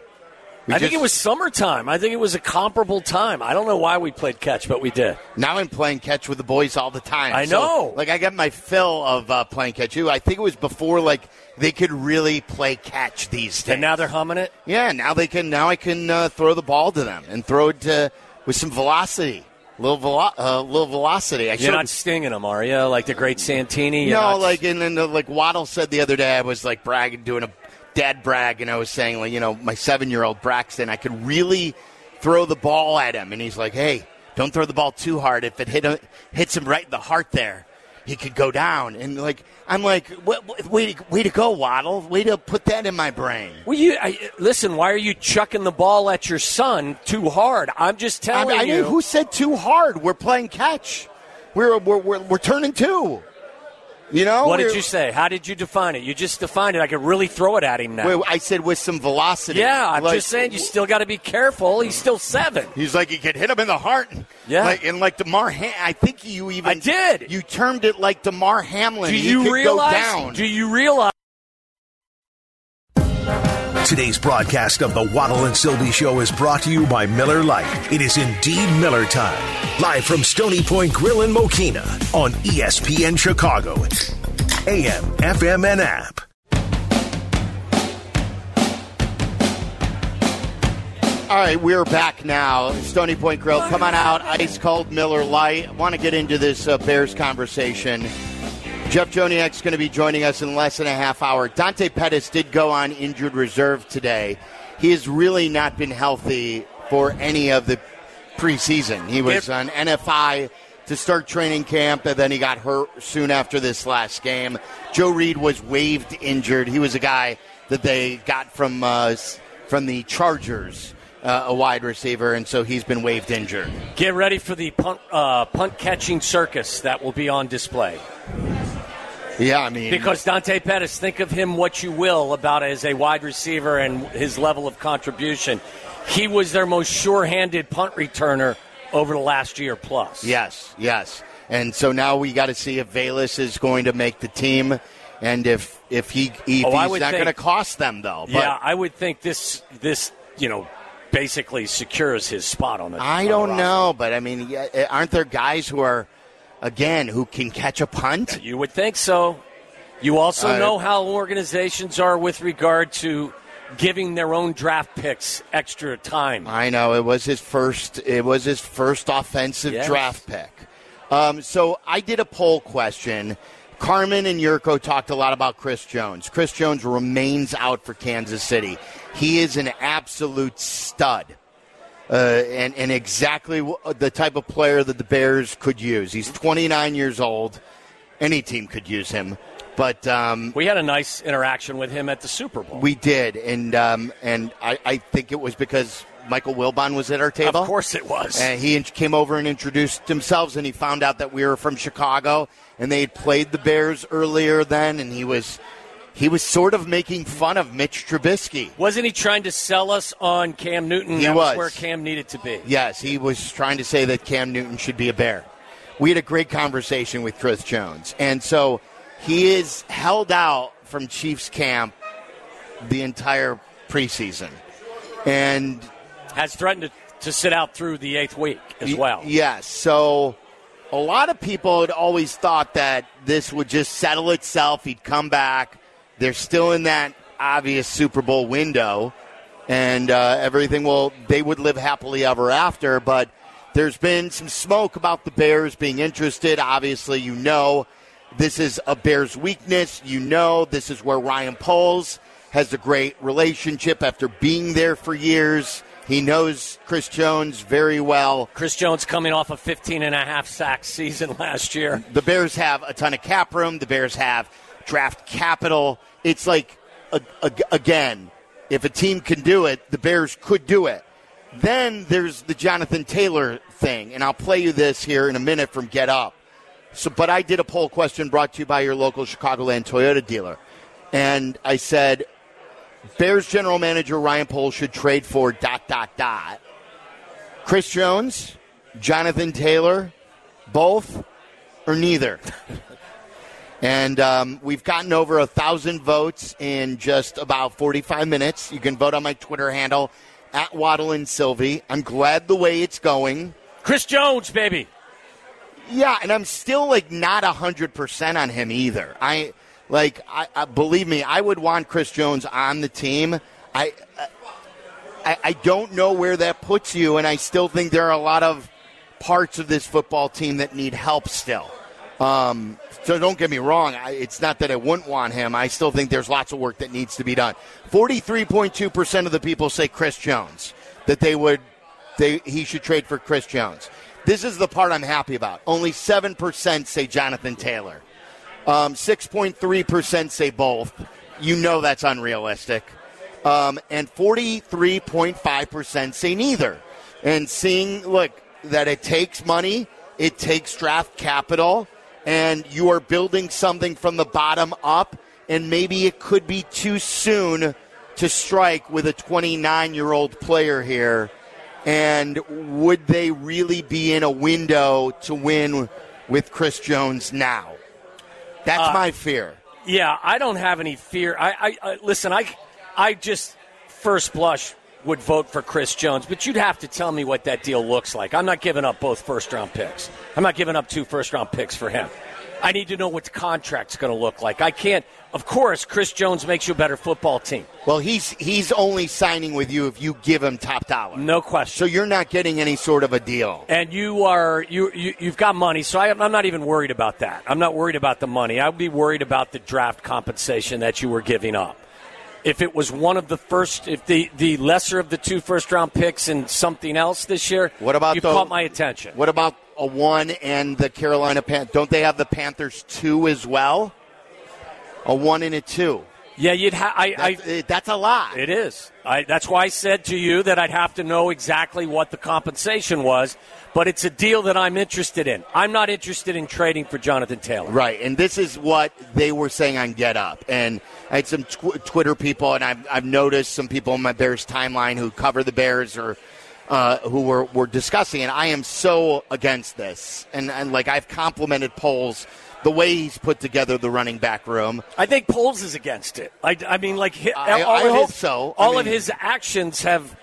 E: We
A: I think
E: just-
A: it was summertime. I think it was a comparable time. I don't know why we played catch, but we did.
E: Now I'm playing catch with the boys all the time.
A: I
E: So,
A: know.
E: like I got my fill of uh, playing catch. Too. I think it was before like they could really play catch these days.
A: And now they're humming it.
E: yeah, now they can. Now I can uh, throw the ball to them and throw it to, with some velocity, little velo- uh, little velocity. I
A: You're not
E: should've-
A: stinging them, are you? Like the great Santini. You're
E: no,
A: not-
E: like and then uh, like Waddle said the other day, I was like bragging, doing a dad brag, and I was saying like you know my seven year old Braxton, I could really throw the ball at him, and he's like, hey, don't throw the ball too hard. If it hit him, hits him right in the heart there, he could go down. And like I'm like, "Wa- wa- way to, way to go, Waddle, way to put that in my brain.
A: Well, you I, listen. Why are you chucking the ball at your son too hard? I'm just
E: I,
A: telling
E: I
A: you.
E: mean, who said too hard? We're playing catch. We're we're we're, we're turning two. You know
A: what
E: We're-
A: did you say? How did you define it? You just defined it. I could really throw it at him now.
E: Wait, I said with some velocity.
A: yeah, I'm
E: Like-
A: just saying you still got to be careful. He's still seven.
E: He's like he could hit him in the heart.
A: Yeah.
E: like, and like Demar. Ham- I think you even
A: I did.
E: You termed it like Demar Hamlin.
A: Do
E: He
A: you
E: could
A: realize?
E: Go down.
A: Do you realize?
G: Today's broadcast of the Waddle and Sylvie Show is brought to you by Miller Lite. It is indeed Miller time. Live from Stony Point Grill in Mokina on E ESPN Chicago, AM, FM, and app.
E: All right, we're back now. Stony Point Grill, come on out. Ice cold Miller Light. Want to get into this uh, Bears conversation? Jeff Joniak's going to be joining us in less than a half hour. Dante Pettis did go on injured reserve today. He has really not been healthy for any of the preseason. He was
A: Yep.
E: on NFI to start training camp, and then he got hurt soon after this last game. Joe Reed was waived injured. He was a guy that they got from uh, s- from the Chargers, uh, a wide receiver, and so he's been waived injured.
A: Get ready for the punt, uh, punt catching circus that will be on display.
E: Yeah, I mean,
A: Because Dante Pettis, think of him what you will about as a wide receiver and his level of contribution. He was their most sure handed punt returner over the last year plus.
E: Yes, yes. And so now we got to see if Valus is going to make the team, and if if he if
A: Oh, I
E: he's
A: would
E: not
A: think-
E: going to cost them though. But
A: yeah, I would think this this you know basically secures his spot on the. on
E: I
A: the
E: don't
A: roster.
E: know, but I mean, yeah, aren't there guys who are, again, who can catch a punt?
A: You would think so. You also
E: Uh,
A: know how organizations are with regard to giving their own draft picks extra time.
E: I know it was his first. It was his first offensive
A: Yes.
E: draft pick. Um, so I did a poll question. Carmen and Yurko talked a lot about Chris Jones. Chris Jones remains out for Kansas City. He is an absolute stud. Uh, and, and exactly wh- the type of player that the Bears could use. He's 29 years old. Any team could use him. But um,
A: We had a nice interaction with him at the Super Bowl.
E: we did. And, um, and I, I think it was because Michael Wilbon was at our
A: of
E: table.
A: course it was.
E: And he int- came over and introduced themselves, and he found out that we were from Chicago, and they had played the Bears earlier then, and he was he was sort of making fun of Mitch Trubisky.
A: Wasn't he trying to sell us on Cam Newton?
E: He
A: that
E: was.
A: where Cam needed to be.
E: Yes, he was trying to say that Cam Newton should be a Bear. We had a great conversation with Chris Jones, and so he is held out from Chiefs camp the entire preseason, and
A: Has threatened to, to sit out through the eighth week as
E: Y-
A: well.
E: Yes. So a lot of people had always thought that this would just settle itself. He'd come back. They're still in that obvious Super Bowl window, and uh, everything will, they would live happily ever after. But there's been some smoke about the Bears being interested. Obviously, you know this is a Bears weakness. You know this is where Ryan Poles has a great relationship after being there for years. He knows Chris Jones very well.
A: Chris Jones coming off a 15 and a half sack season last year.
E: The Bears have a ton of cap room. The Bears have draft capital. It's like, a, a- again, if a team can do it, the Bears could do it. Then there's the Jonathan Taylor thing, and I'll play you this here in a minute from Get Up. So, but I did a poll question brought to you by your local Chicagoland Toyota dealer, and I said, Bears general manager Ryan Pohl should trade for dot dot dot. Chris Jones, Jonathan Taylor, both or neither. And um, we've gotten over a thousand votes in just about 45 minutes. You can vote on my Twitter handle at Waddle and Sylvie. I'm glad the way it's going.
A: Chris Jones, baby.
E: Yeah, and I'm still like not hundred percent on him either. I like, I, I believe me, I would want Chris Jones on the team. I, I, I don't know where that puts you, and I still think there are a lot of parts of this football team that need help still. Um, so don't get me wrong. I, it's not that I wouldn't want him. I still think there's lots of work that needs to be done. Forty-three point two percent of the people say Chris Jones that they would they he should trade for Chris Jones. This is the part I'm happy about. Only seven percent say Jonathan Taylor. Um, 6.3% say both. You know that's unrealistic. Um, and 43.5% say neither. And seeing, look, that it takes money, it takes draft capital, and you are building something from the bottom up, and maybe it could be too soon to strike with a 29 year old player here. And would they really be in a window to win with Chris Jones now?
A: Uh,
E: That's my fear.
A: Yeah, I don't have any fear. I, I, I listen. I, I just first blush would vote for Chris Jones, but you'd have to tell me what that deal looks like. I'm not giving up both first round picks. I'm not giving up two first round picks for him. I need to know what the contract's going to look like. I can't. Of course, Chris Jones makes you a better football team.
E: Well, he's he's only signing with you if you give him top dollar.
A: No question.
E: So you're not getting any sort of a deal.
A: and you are you, you you've got money, so I, I'm not even worried about that. I'm not worried about the money. I'd be worried about the draft compensation that you were giving up. If it was one of the first, if the the lesser of the two first round picks and something else this year,
E: What about
A: you
E: the-
A: caught my attention?
E: What about a one and the Carolina Pan? Don't they have the Panthers two as well? A one and a two.
A: Yeah, you'd ha- I, I
E: That's, eh, that's a lot.
A: It is. I, that's why I said to you that I'd have to know exactly what the compensation was, but it's a deal that I'm interested in. I'm not interested in trading for Jonathan Taylor.
E: Right, and this is what they were saying on Get Up, and I had some tw- Twitter people, and I've, I've noticed some people on my Bears timeline who cover the Bears or uh, who were, were discussing, and I am so against this, and, and like I've complimented polls the way he's put together the running back room.
A: I think Poles is against it. I, I mean, like hi-
E: I-
A: all
E: I
A: of
E: hope
A: his,
E: so. I
A: All of
E: mean-
A: his actions have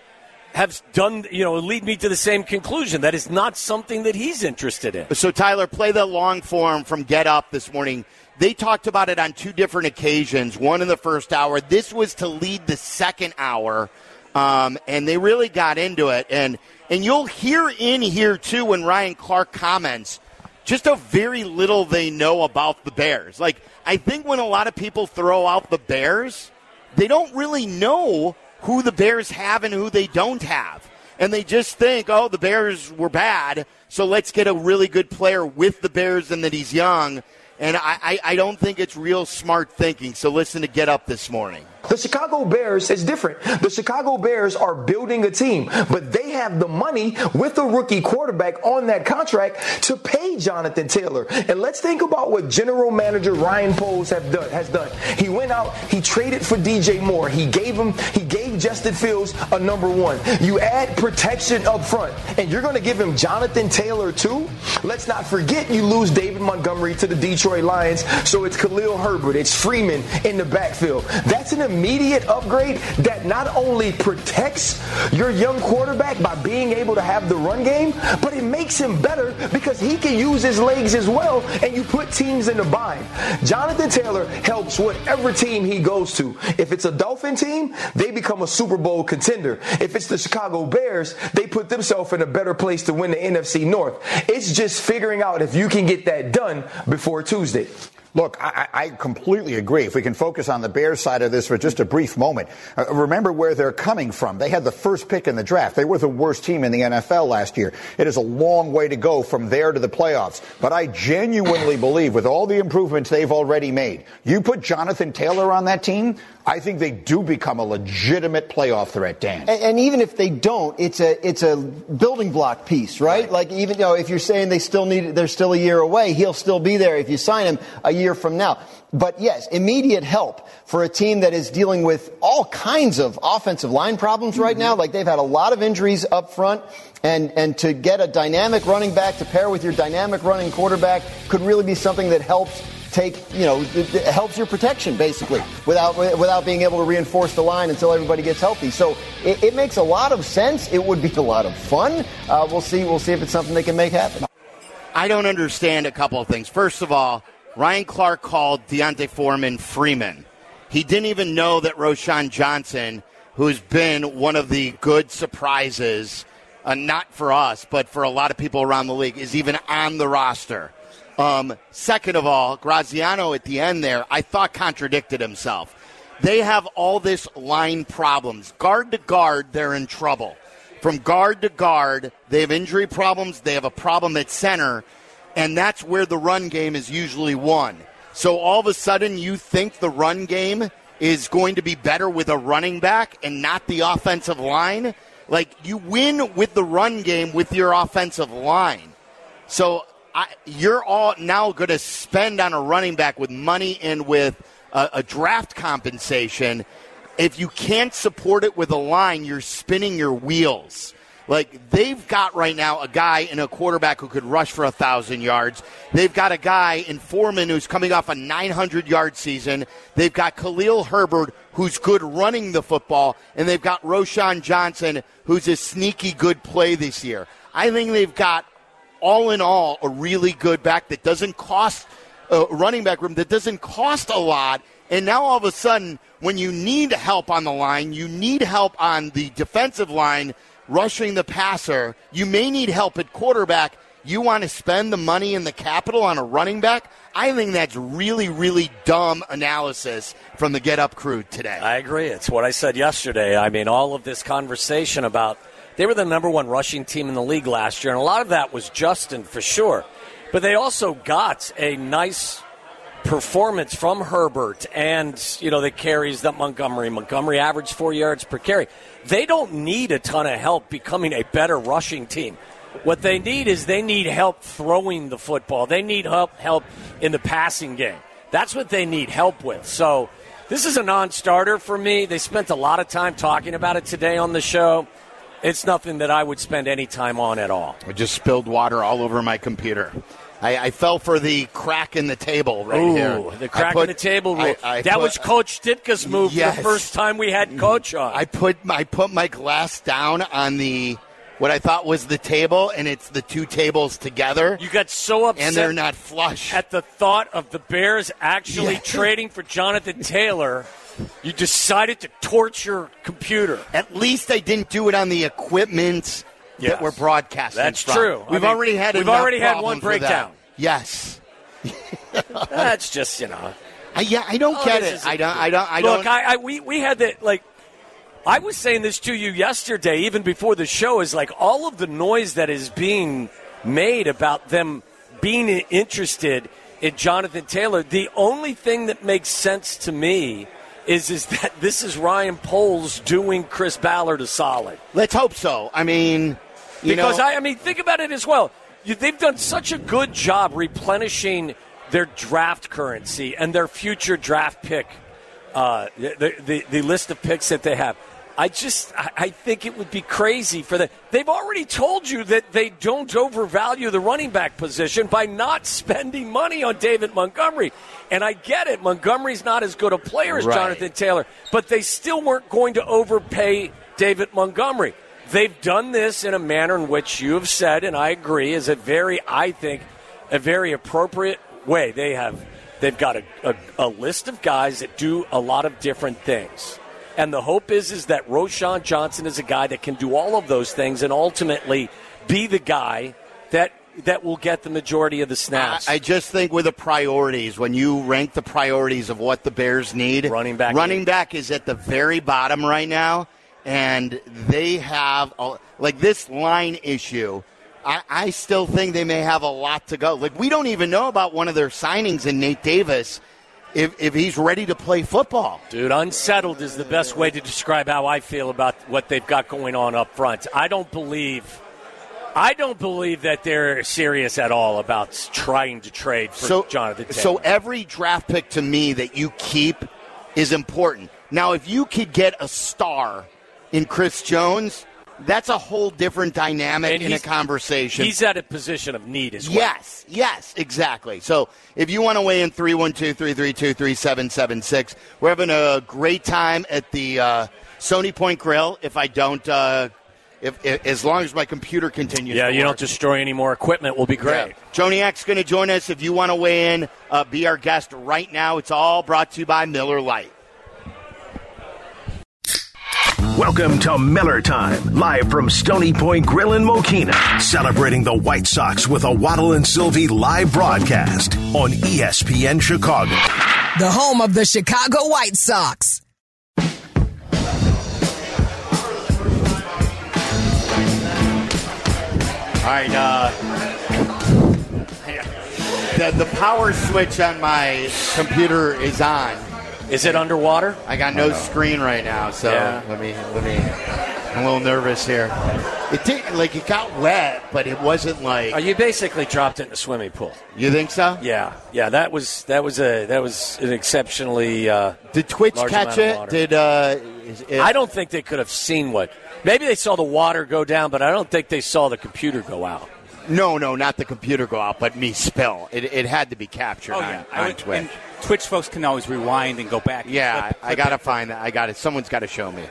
A: have done, you know, lead me to the same conclusion. That is not something that he's interested in.
E: So, Tyler, play the long form from Get Up this morning. They talked about it on two different occasions, one in the first hour. This was to lead the second hour, um, and they really got into it. And, and you'll hear in here, too, when Ryan Clark comments, just how very little they know about the Bears. Like, I think when a lot of people throw out the Bears, they don't really know who the Bears have and who they don't have. And they just think, oh, the Bears were bad, so let's get a really good player with the Bears and that he's young. And I, I, I don't think it's real smart thinking. So listen to Get Up this morning.
I: The Chicago Bears is different. The Chicago Bears are building a team, but they have the money with a rookie quarterback on that contract to pay Jonathan Taylor. And let's think about what general manager Ryan Poles have done, has done. He went out, he traded for DJ Moore. He gave him, he gave Justin Fields a number one. You add protection up front, and you're going to give him Jonathan Taylor too. Let's not forget you lose David Montgomery to the Detroit Lions, so it's Khalil Herbert, it's Freeman in the backfield. That's an immediate upgrade that not only protects your young quarterback by being able to have the run game, but it makes him better because he can use his legs as well, and you put teams in the bind. Jonathan Taylor helps whatever team he goes to. If it's a Dolphin team, they become a Super Bowl contender. If it's the Chicago Bears, they put themselves in a better place to win the NFC North. It's just figuring out if you can get that done before Tuesday.
J: Look, I, I completely agree. If we can focus on the Bears side of this for just a brief moment, uh, remember where they're coming from. They had the first pick in the draft. They were the worst team in the NFL last year. It is a long way to go from there to the playoffs. But I genuinely believe with all the improvements they've already made, you put Jonathan Taylor on that team, I think they do become a legitimate playoff threat, Dan.
K: And, and even if they don't, it's a it's a building block piece, right? Like even you know, if you're saying they still need they're still a year away, he'll still be there if you sign him a year from now. But yes, immediate help for a team that is dealing with all kinds of offensive line problems right now. Like they've had a lot of injuries up front. And, and to get a dynamic running back to pair with your dynamic running quarterback could really be something that helps take, you know, it, it helps your protection basically without without being able to reinforce the line until everybody gets healthy. So it, it makes a lot of sense. It would be a lot of fun. Uh, we'll see. We'll see if it's something they can make happen.
E: I don't understand a couple of things. First of all, Ryan Clark called Deontay Foreman Freeman. He didn't even know that Roshan Johnson, who's been one of the good surprises, uh, not for us, but for a lot of people around the league, is even on the roster. Um, second of all, Graziano at the end there, I thought contradicted himself. They have all this line problems. Guard to guard, they're in trouble. From guard to guard, they have injury problems. They have a problem at center, and that's where the run game is usually won. So all of a sudden, you think the run game is going to be better with a running back and not the offensive line? Like, you win with the run game with your offensive line. So I, you're all now going to spend on a running back with money and with a, a draft compensation. If you can't support it with a line, you're spinning your wheels. Like they've got right now a guy and a quarterback who could rush for a thousand yards. They've got a guy in Foreman who's coming off a 900 yard season. They've got Khalil Herbert who's good running the football, and they've got Roshan Johnson who's a sneaky good play this year. I think they've got all in all a really good back that doesn't cost uh, running back room that doesn't cost a lot. And now all of a sudden, when you need help on the line, you need help on the defensive line rushing the passer. You may need help at quarterback. You want to spend the money and the capital on a running back? I think that's really, really dumb analysis from the Get Up crew today.
A: I agree. It's what I said yesterday. I mean, all of this conversation about they were the number one rushing team in the league last year, and a lot of that was Justin for sure. But they also got a nice performance from Herbert and, you know, the carries that Montgomery. Montgomery averaged four yards per carry. They don't need a ton of help becoming a better rushing team. What they need is they need help throwing the football. They need help help in the passing game. That's what they need help with. So this is a non starter for me. They spent a lot of time talking about it today on the show. It's nothing that I would spend any time on at all.
E: I just spilled water all over my computer. I, I fell for the crack in the table right
A: Ooh,
E: here.
A: the
E: I
A: crack
E: put-
A: in the table rule.
E: I- I
A: that
E: put-
A: was Coach Ditka's move
E: Yes. Mm-hmm.
A: the first time we had Coach on.
E: I put I put my glass down on the what I thought was the table, and it's the two tables together.
A: You got so upset.
E: And they're not flush.
A: At the thought of the Bears actually
E: Yeah.
A: trading for Jonathan Taylor, you decided to torch your computer.
E: At least I didn't do it on the equipment
A: Yes.
E: that we're broadcasting.
A: That's
E: from.
A: true. I
E: We've
A: mean,
E: already had.
A: we've
E: enough
A: already had one
E: problems with that.
A: breakdown.
E: Yes.
A: That's just you know.
E: I, yeah, I don't
A: Oh,
E: get
A: this
E: it.
A: isn't
E: I don't.
A: good.
E: I don't. I
A: Look,
E: don't.
A: I, I we we had that like. I was saying this to you yesterday, even before the show, is like all of the noise that is being made about them being interested in Jonathan Taylor. The only thing that makes sense to me is is that this is Ryan Poles doing Chris Ballard a solid.
E: Let's hope so. I mean, you
A: because
E: know,
A: I, I mean, think about it as well. You, they've done such a good job replenishing their draft currency and their future draft pick, uh, the, the the list of picks that they have. I just I, I think it would be crazy for them. They've already told you that they don't overvalue the running back position by not spending money on David Montgomery. And I get it, Montgomery's not as good a player as
E: Right.
A: Jonathan Taylor, but they still weren't going to overpay David Montgomery. They've done this in a manner in which you have said, and I agree, is a very, I think, a very appropriate way. They have, they've got a, a, a list of guys that do a lot of different things, and the hope is is that Roshan Johnson is a guy that can do all of those things and ultimately be the guy that that will get the majority of the snaps.
E: I just think with the priorities, when you rank the priorities of what the Bears need, running
A: back-
E: running back is at the very bottom right now, and they have a, like this line issue. I, I still think they may have a lot to go. Like we don't even know about one of their signings in Nate Davis, if if he's ready to play football.
A: Dude, unsettled is the best way to describe how I feel about what they've got going on up front. I don't believe I don't believe that they're serious at all about s- trying to trade for Jonathan Taylor.
E: So every draft pick to me that you keep is important. Now, if you could get a star in Chris Jones, that's a whole different dynamic
A: And
E: in a
A: he's-
E: conversation.
A: He's at a position of need as well.
E: Yes, yes, exactly. So if you want to weigh in, 312-332-3776. We're having a great time at the uh, Sony Point Grill. If I don't, uh, if, if, as long as my computer continues
A: Yeah,
E: to
A: you
E: work.
A: don't destroy any more equipment will be great.
E: Yeah. Joniak's going to join us. If you want to weigh in, uh, be our guest right now. It's all brought to you by Miller Lite.
G: Welcome to Miller Time, live from Stony Point Grill in Mokina, celebrating the White Sox with a Waddle and Sylvie live broadcast on E ESPN Chicago.
H: The home of the Chicago White Sox.
E: All right. Uh, the, the power switch on my computer is on.
A: Is it underwater?
E: I got no screen right now, so
A: Yeah.
E: let me let me. I'm a little nervous here. It did like it got wet, but it wasn't like.
A: Uh, you basically dropped it in a swimming pool.
E: You think so?
A: Yeah. Yeah, that was that was a that was an exceptionally uh
E: Did Twitch
A: large
E: catch
A: amount of
E: it?
A: water.
E: Did uh? Is, is-
A: I don't think they could have seen what. Maybe they saw the water go down, but I don't think they saw the computer go out.
E: No, no, not the computer go out, but me spill. It, it had to be captured
L: Oh,
E: on,
L: yeah. I
E: on
L: would-
E: Twitch.
L: and Twitch folks can always rewind and go back. and
E: Yeah,
L: clip-
E: I, I
L: clip
E: gotta
L: it.
E: find that. I got it. Someone's got to show me.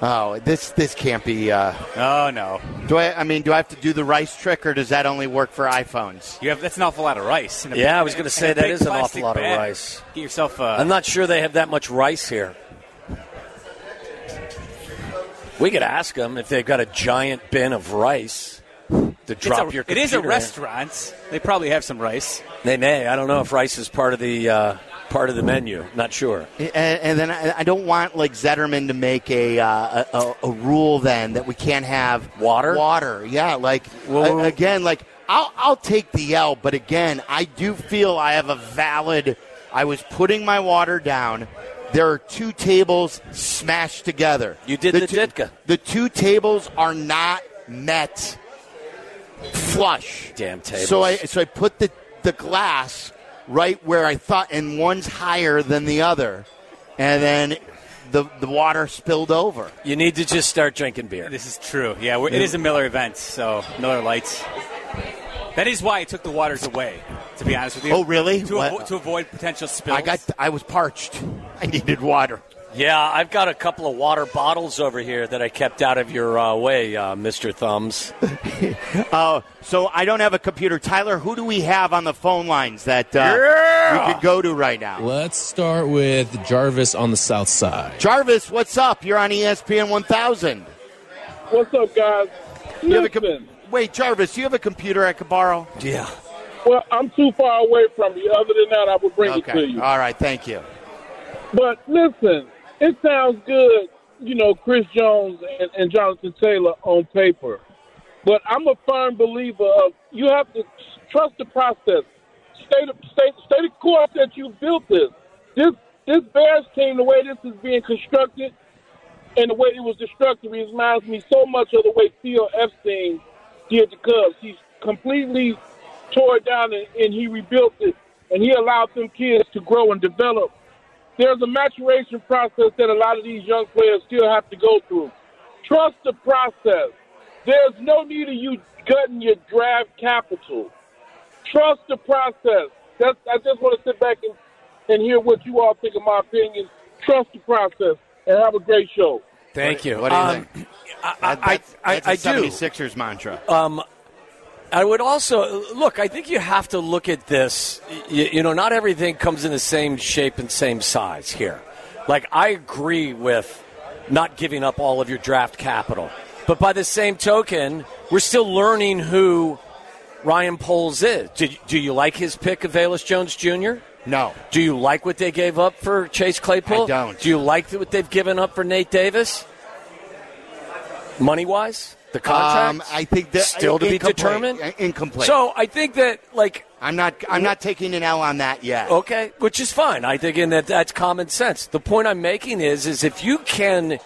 E: Oh, this this can't be. Uh,
L: Oh no,
E: do I? I mean, do I have to do the rice trick, or does that only work for iPhones?
L: you have that's an awful lot of rice. in a-
A: Yeah, I was gonna
L: in a
A: say that
L: big
A: is an awful
L: plastic
A: lot of
L: bag.
A: rice.
L: Get yourself uh, a.
A: I'm not sure they have that much rice here. We could ask them if they've got a giant bin of rice to
L: it's
A: drop
L: a-
A: your.
L: It is a
A: computer in.
L: restaurant. They probably have some rice.
A: They may. I don't know if rice is part of the uh, part of the menu. Not sure.
E: And, and then I, I don't want like Zetterman to make a, uh, a, a a rule then that we can't have
A: Water?
E: Water, yeah. Like a- again, like I'll I'll take the L, but again, I do feel I have a valid. I was putting my water down. There are two tables smashed together.
A: You did the
E: two-
A: Ditka.
E: The two tables are not met flush.
A: Damn tables.
E: So I so I put the the glass right where I thought, and one's higher than the other, and then the the water spilled over.
A: You need to just start drinking beer.
L: This is true. Yeah, we're, it is a Miller event, so Miller Lights. That is why I took the waters away. To be honest with you.
E: Oh, really?
L: To,
E: What?
L: avo- to avoid potential spills.
E: I got. I was parched. I needed water.
A: Yeah, I've got a couple of water bottles over here that I kept out of your uh, way, uh, Mr. Thumbs.
E: Uh, so I don't have a computer. Tyler, who do we have on the phone lines that uh, we could go to right now?
C: Let's start with Jarvis on the south side.
E: Jarvis, what's up? You're on E ESPN 1000.
M: What's up, guys?
E: You have a com- Wait, Jarvis, you have a computer I could borrow?
A: Yeah.
M: Well, I'm too far away from you. Other than that, I will bring it to you.
E: All right. Thank you.
M: But listen, it sounds good, you know, Chris Jones and, and Jonathan Taylor on paper. But I'm a firm believer of you have to trust the process. Stay the stay, stay the course that you built this. This this Bears team, the way this is being constructed, and the way it was destructive reminds me so much of the way Theo Epstein did the Cubs. He completely tore it down and, and he rebuilt it, and he allowed them kids to grow and develop. There's a maturation process that a lot of these young players still have to go through. Trust the process. There's no need of you gutting your draft capital. Trust the process. That's, I just want to sit back and, and hear what you all think of my opinion. Trust the process and have a great show.
A: Thank you.
E: What do you
A: Um,
E: think?
A: I-
E: That- that's,
A: I-
E: that's
A: I
E: a
A: do.
E: 76ers mantra.
A: Um, I would also look. I think you have to look at this. You, you know, not everything comes in the same shape and same size here. Like I agree with not giving up all of your draft capital, but by the same token, we're still learning who Ryan Poles is. Do, do you like his pick of Valus Jones Jr.?
E: No.
A: Do you like what they gave up for Chase Claypool? I don't. Do you like what they've given up for Nate Davis? Money wise, the contract.
E: Um, I think that
A: still to be
E: incomplete.
A: determined.
E: In- Incomplete.
A: So I think that like
E: I'm not I'm not taking an L on that yet.
A: Okay, which is fine. I think in that that's common sense. The point I'm making is is if you can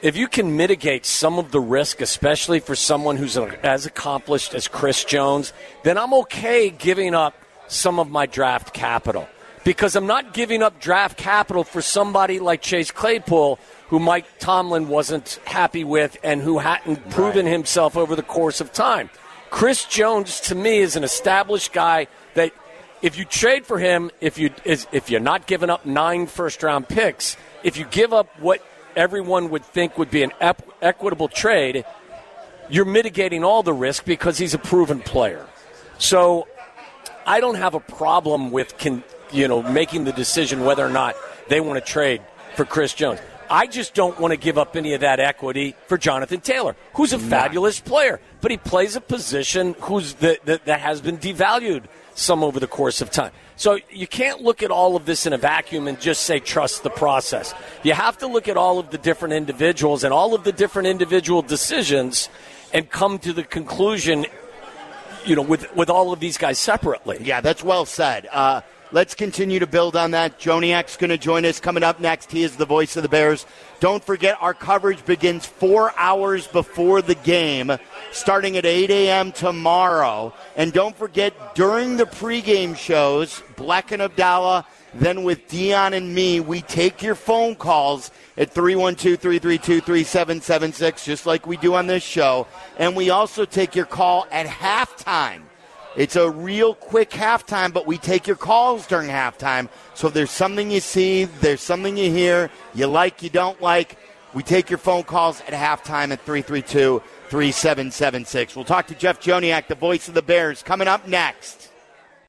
A: if you can mitigate some of the risk, especially for someone who's as accomplished as Chris Jones, then I'm okay giving up some of my draft capital because I'm not giving up draft capital for somebody like Chase Claypool, who Mike Tomlin wasn't happy with and who hadn't proven himself over the course of time. Chris Jones, to me, is an established guy that if you trade for him, if you is, if you're not giving up nine first round picks, if you give up what everyone would think would be an ep- equitable trade, you're mitigating all the risk because he's a proven player. So I don't have a problem with con- you know making the decision whether or not they want to trade for Chris Jones. I just don't want to give up any of that equity for Jonathan Taylor, who's a fabulous player, but he plays a position who's the, the, that has been devalued some over the course of time. So you can't look at all of this in a vacuum and just say trust the process. You have to look at all of the different individuals and all of the different individual decisions and come to the conclusion you know, with with all of these guys separately.
E: Yeah, that's well said. Uh, let's continue to build on that. Joniak's going to join us coming up next. He is the voice of the Bears. Don't forget, our coverage begins four hours before the game, starting at 8 a.m. tomorrow. And don't forget, during the pregame shows, Black and Abdallah, then with Dion and me, we take your phone calls at 312 332 3776, just like we do on this show. And we also take your call at halftime. It's a real quick halftime, but we take your calls during halftime. So if there's something you see, there's something you hear, you like, you don't like, we take your phone calls at halftime at 332 3776. We'll talk to Jeff Joniak, the voice of the Bears, coming up next.